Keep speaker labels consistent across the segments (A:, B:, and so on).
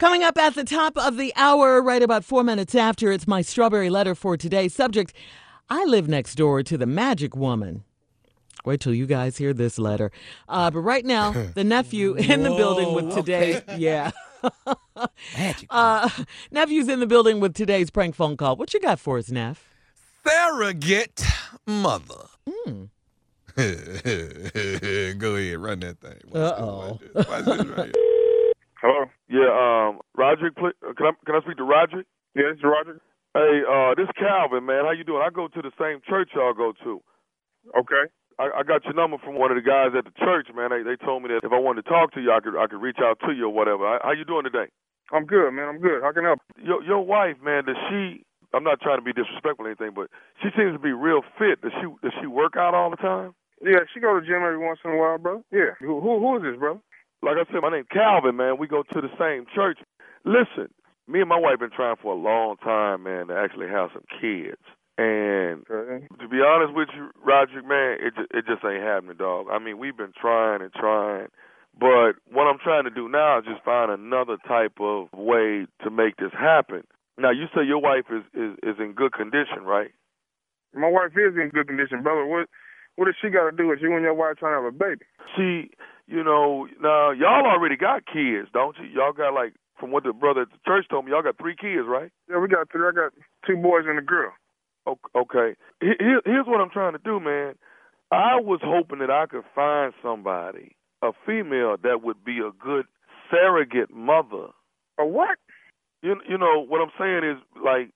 A: Coming up at the top of the hour, right about four minutes after, it's my strawberry letter for today. Subject I live next door to the magic woman. Wait till you guys hear this letter. Uh, but right now, the nephew in the building with today. Yeah.
B: Magic.
A: Uh, nephew's in the building with today's prank phone call. What you got for us, Neff?
C: surrogate mother.
A: Hmm.
C: Go ahead, run that thing. Watch this,
A: Uh-oh.
C: watch this, watch this right here.
D: Hello. Yeah. Um. Roderick, pl- uh, can I can I speak to Roderick? Yeah, this is Roderick. Hey, uh, this Calvin, man. How you doing? I go to the same church y'all go to. Okay. I, I got your number from one of the guys at the church, man. They they told me that if I wanted to talk to you, I could I could reach out to you or whatever. I, how you doing today? I'm good, man. I'm good. How can I help? Your your wife, man. Does she? I'm not trying to be disrespectful or anything, but she seems to be real fit. Does she does she work out all the time?
E: Yeah, she go to the gym every once in a while, bro. Yeah. Who who, who is this, brother?
D: like I said, my name Calvin, man. We go to the same church. Listen, me and my wife been trying for a long time, man, to actually have some kids. And
E: Okay.
D: to be honest with you, Roderick, man, it ju- it just ain't happening, dog. I mean, we've been trying and trying, but what I'm trying to do now is just find another type of way to make this happen. Now, you say your wife is is, is in good condition, right?
E: My wife is in good condition, brother. What what does she got to do with you and your wife trying to have a baby?
D: See, you know, now y'all already got kids, don't you? Y'all got like, from what the brother at the church told me, y'all got three kids, right?
E: Yeah, we got three. I got two boys and a girl.
D: O- Okay. Here- here- Here's what I'm trying to do, man. I was hoping that I could find somebody, a female that would be a good surrogate mother.
E: A what?
D: You you know what I'm saying is like,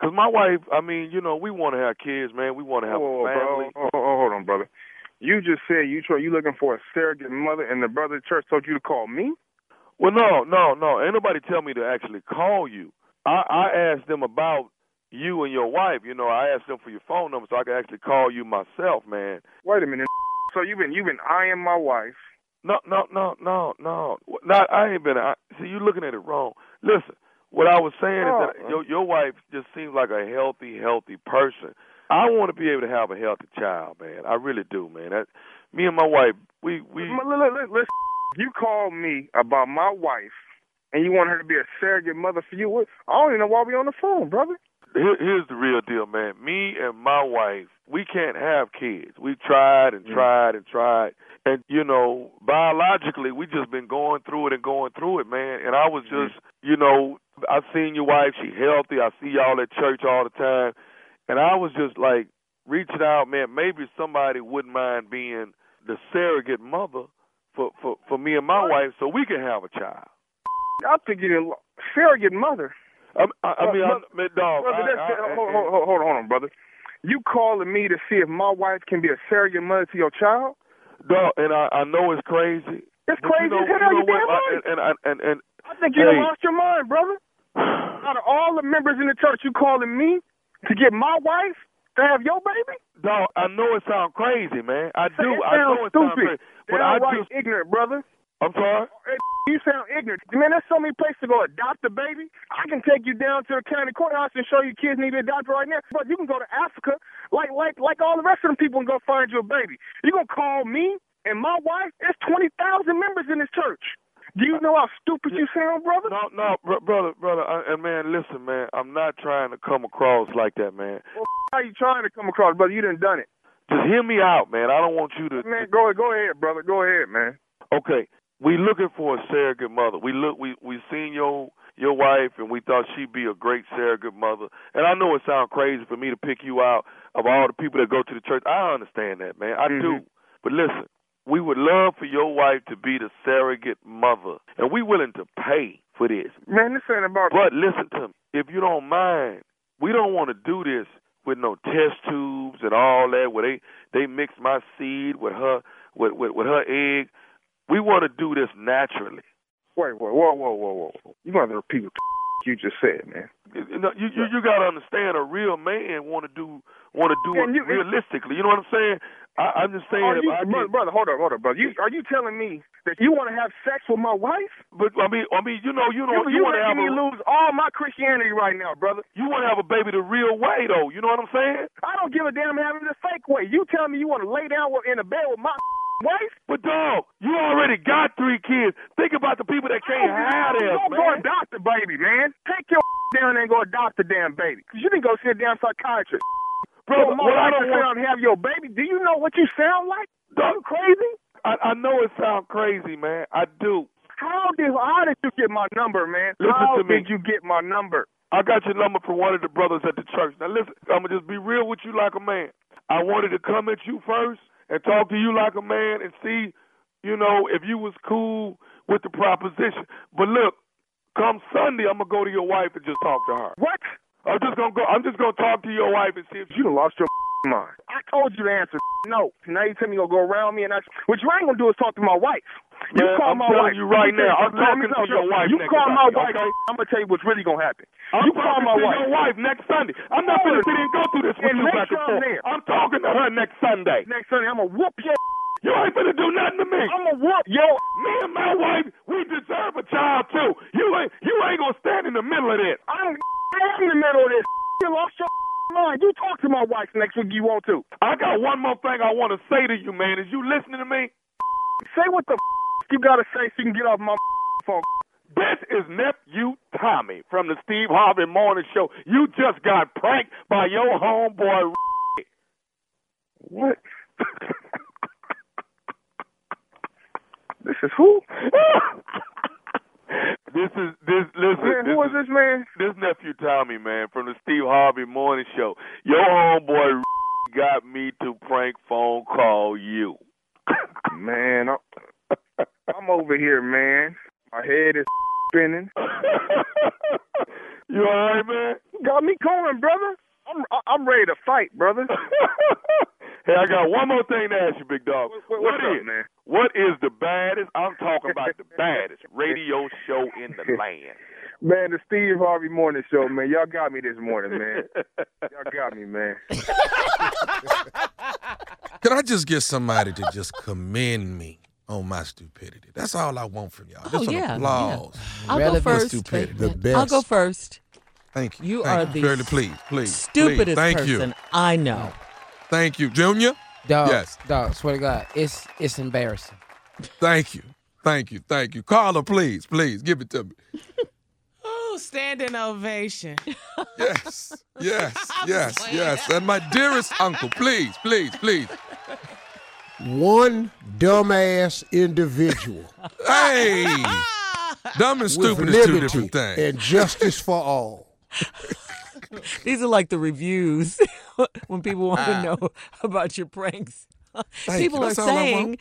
D: cause my wife, I mean, you know, we want to have kids, man. We want to have
E: Whoa,
D: a family.
E: bro. Oh, oh, oh, hold on, brother. You just said you try you looking for a surrogate mother, and the brother at church told you to call me.
D: Well, no, no, no. Ain't nobody tell me to actually call you. I, I asked them about you and your wife. You know, I asked them for your phone number so I could actually call you myself, man.
E: Wait a minute. So you've been you've been eyeing my wife.
D: No, no, no, no, no. Not I ain't been. I, see, you looking at it wrong. Listen, what I was saying is that
E: Oh.
D: your your wife just seems like a healthy, healthy person. I want to be able to have a healthy child, man. I really do, man. That, me and my wife, we we.
E: Let, let, let, let's- you called me about my wife, and you want her to be a surrogate mother for you. What? I don't even know why we on the phone, brother.
D: Here, here's the real deal, man. Me and my wife, we can't have kids. We've tried and
E: Mm.
D: tried and tried. And, you know, biologically, we just been going through it and going through it, man. And I was
E: Mm.
D: just, you know, I seen your wife. She healthy. I see y'all at church all the time. And I was just like reaching out, man. Maybe somebody wouldn't mind being the surrogate mother for, for, for me and my wife so we can have a child.
E: I think you didn't lo- surrogate mother.
D: I, I, I mean,
E: Well,
D: I'm, man, dog.
E: brother,
D: Oh, I-
E: that's,
D: I-
E: hold, hold, hold, hold on, brother. You calling me to see if my wife can be a surrogate mother to your child?
D: Dog, and I, I know it's crazy.
E: That's
D: But
E: crazy
D: you know,
E: as hell.
D: you know
E: You, damn
D: what?
E: right.
D: I, and, and and and
E: I think you
D: Hey.
E: done lost your mind, brother. Out of all the members in the church, you calling me to get my wife to have your baby?
D: dog, I know it sounds crazy, man. I
E: Say,
D: do.
E: it
D: I know
E: sounds
D: it sounds
E: stupid.
D: crazy, but I
E: Downright
D: just
E: ignorant, brother.
D: I'm sorry.
E: Hey, You sound ignorant. Man, there's so many places to go adopt a baby. I can take you down to the county courthouse and show you kids need to adopt right now. But you can go to Africa like like like all the rest of them people and go find you a baby. You gonna call me and my wife? There's twenty thousand members in this church. Do you know how stupid you sound, brother?
D: No, no, br- brother, brother, I, and man, listen, man, I'm not trying to come across like that, man.
E: How you trying to come across, brother? You done done it.
D: Just hear me out, man. I don't want you to.
E: Man, go go ahead, brother. Go ahead, man.
D: Okay, we looking for a surrogate mother. We look, we we seen your your wife, and we thought she'd be a great surrogate mother. And I know it sounds crazy for me to pick you out of all the people that go to the church. I understand that, man. I do.
E: Mhm.
D: But listen, we would love for your wife to be the surrogate mother, and we willing to pay for this.
E: Man, this ain't about
D: But listen to me, if you don't mind, we don't want to do this with no test tubes and all that. Where they they mix my seed with her with with, with her egg. We want to do this naturally.
E: wait, wait, whoa, whoa, whoa, whoa. whoa. You gonna have to repeat what the you just said, man.
D: You you know, you you, you got to understand a real man want to do want to do
E: And
D: it
E: you-
D: realistically. You know what I'm saying? I, I'm just saying. if
E: Are you,
D: I did-
E: brother, brother, hold up, hold up, brother. You, are you telling me that you want to have sex with my wife?
D: but I mean, I mean, you know, you know,
E: you, you
D: want to have
E: making me
D: a
E: lose all my Christianity right now, brother.
D: you want to have a baby the real way though. You know what I'm saying?
E: I don't give a damn having the fake way. You tell me you want to lay down with, in a bed with my wife.
D: But dog, you already got three kids. Think about the people that can't have them,
E: Oh, Don't go
D: man.
E: adopt a baby, man. Take your down there and go adopt the damn baby. 'Cause you can go sit down psychiatrist.
D: Bro,
E: Your
D: what I
E: mama
D: don't
E: sit
D: want,
E: down and have your baby. Do you know what you sound like? Are you crazy?
D: I, I know it sounds crazy, man. I do.
E: How did how did you get my number, man?
D: Listen
E: how
D: to me.
E: did you get my number?
D: I got your number from one of the brothers at the church. Now listen, I'm gonna just be real with you like a man. I wanted to come at you first and talk to you like a man and see, you know, if you was cool with the proposition. But look, come Sunday, I'm gonna go to your wife and just talk to her.
E: What?
D: I'm just gonna go. I'm just gonna talk to your wife and see if
E: You done lost your mind. I told you to answer no. Now you tell me you're gonna go around me and I what you ain't gonna do is talk to my wife. You
D: Man,
E: call
D: I'm
E: my
D: telling
E: wife.
D: you right now, I'm
E: Let me
D: talking
E: know,
D: to your wife
E: You
D: next
E: call my
D: Sunday,
E: wife.
D: okay?
E: I'm gonna tell you what's really gonna happen.
D: I'm
E: you call
D: talking
E: my
D: to
E: wife.
D: your wife next Sunday. I'm not
E: No.
D: gonna sit here and go through this with
E: And
D: you
E: make
D: back
E: sure
D: and
E: I'm
D: forth.
E: there.
D: I'm talking to her next Sunday.
E: Next Sunday, I'm gonna whoop your.
D: You ain't finna do nothing to me.
E: I'm gonna whoop your.
D: Me and my wife, we deserve a child too. You ain't you ain't gonna stand in the middle of this.
E: I'm in the middle of this. You lost your mind. You talk to my wife next week. You want to?
D: I got one more thing I want to say to you, man. Is you listening to me?
E: Say what the you gotta say so you can get off my phone.
D: This is nephew Tommy from the Steve Harvey Morning Show. You just got pranked by your homeboy.
E: What? this is who?
D: this is this. Listen,
E: Man, who is this man?
D: this nephew Tommy, man, from the Steve Harvey Morning Show. Your homeboy got me to prank phone call you.
E: Man, I'm, I'm over here, man. My head is spinning.
D: you all right, man?
E: You got me going, brother. I'm I- I'm ready to fight, brother.
D: hey, I got one more thing to ask you, big dog.
E: What- what- what's
D: What
E: up,
D: is-
E: man?
D: What is the baddest? I'm talking about the baddest radio show in the land.
E: Man, the Steve Harvey Morning Show, man. Y'all got me this morning, man. Y'all got me, man.
C: Can I just get somebody to just commend me on my stupidity? That's all I want from y'all. Just
A: Oh,
C: an
A: yeah, yeah.
C: applause.
A: I'll go
B: Relevant
A: first.
C: stupidity.
B: The best.
A: I'll go first.
C: Thank you.
A: You
C: Thank
A: are the
C: Shirley, please, please. please.
A: Stupidest
C: Thank
A: person
C: you.
A: I know.
C: Thank you. Junior,
B: Dog,
C: Yes.
B: dog, swear to God, it's it's embarrassing.
C: thank you. Thank you. Thank you. Carla, please, please, give it to me.
F: Ooh, Oh, standing ovation.
C: Yes, yes, yes, yes. And my dearest uncle, please, please, please.
G: One dumbass individual
C: Hey, dumb and
G: with
C: stupid is two
G: liberty
C: different things.
G: and justice for all.
A: These are like the reviews when people want to know about your pranks.
C: Ah. you.
A: people are
C: That's all I
A: saying,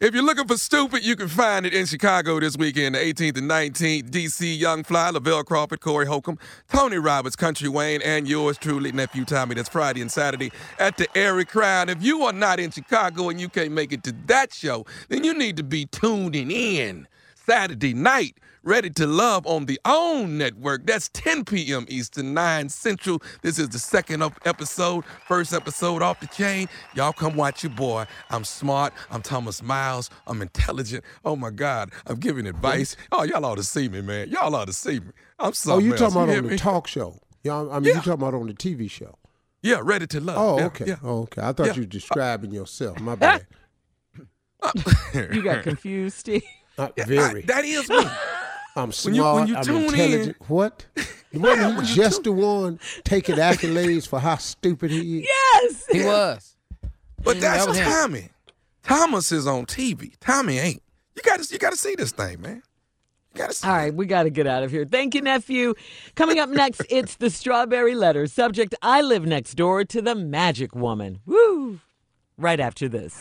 C: If you're looking for stupid, you can find it in Chicago this weekend, the 18th and 19th. DC Young Fly, Lavelle Crawford, Corey Holcomb, Tony Roberts, Country Wayne, and yours truly, Nephew Tommy. That's Friday and Saturday at the Airy Crown. If you are not in Chicago and you can't make it to that show, then you need to be tuning in Saturday night. Ready to Love on the OWN Network. That's 10 p.m. Eastern, 9 Central. This is the second up episode, first episode off the chain. Y'all come watch your boy. I'm smart. I'm Thomas Miles. I'm intelligent. Oh my God. I'm giving advice. Oh, y'all ought to see me, man. Y'all ought to see me. I'm
G: Oh,
C: sorry.
G: you talking about
C: hear
G: on the
C: me?
G: talk show? Yeah, I mean, you talking about on the TV show?
C: Yeah, Ready to Love.
G: Oh,
C: Uh, Yeah,
G: okay.
C: Yeah.
G: Oh, okay. I thought
C: Yeah. Uh,
G: you were describing yourself. My bad.
A: you got confused, Steve.
G: Not
C: I-
G: very.
C: that is me.
G: I'm
C: when
G: smart.
C: you- when you
G: I'm
C: tune in-
G: intelligent. What? Wasn't
C: when
G: he
C: you
G: just the one taking accolades for how stupid he is?
A: Yes.
B: He was.
C: But that's
B: that was him.
C: Tommy. Thomas is on TV. Tommy ain't. You gotta you gotta see this thing, man. You gotta see
A: All right, we got to get out of here. Thank you, nephew. Coming up next, it's the strawberry letter. Subject I live next door to the magic woman. Woo! Right after this.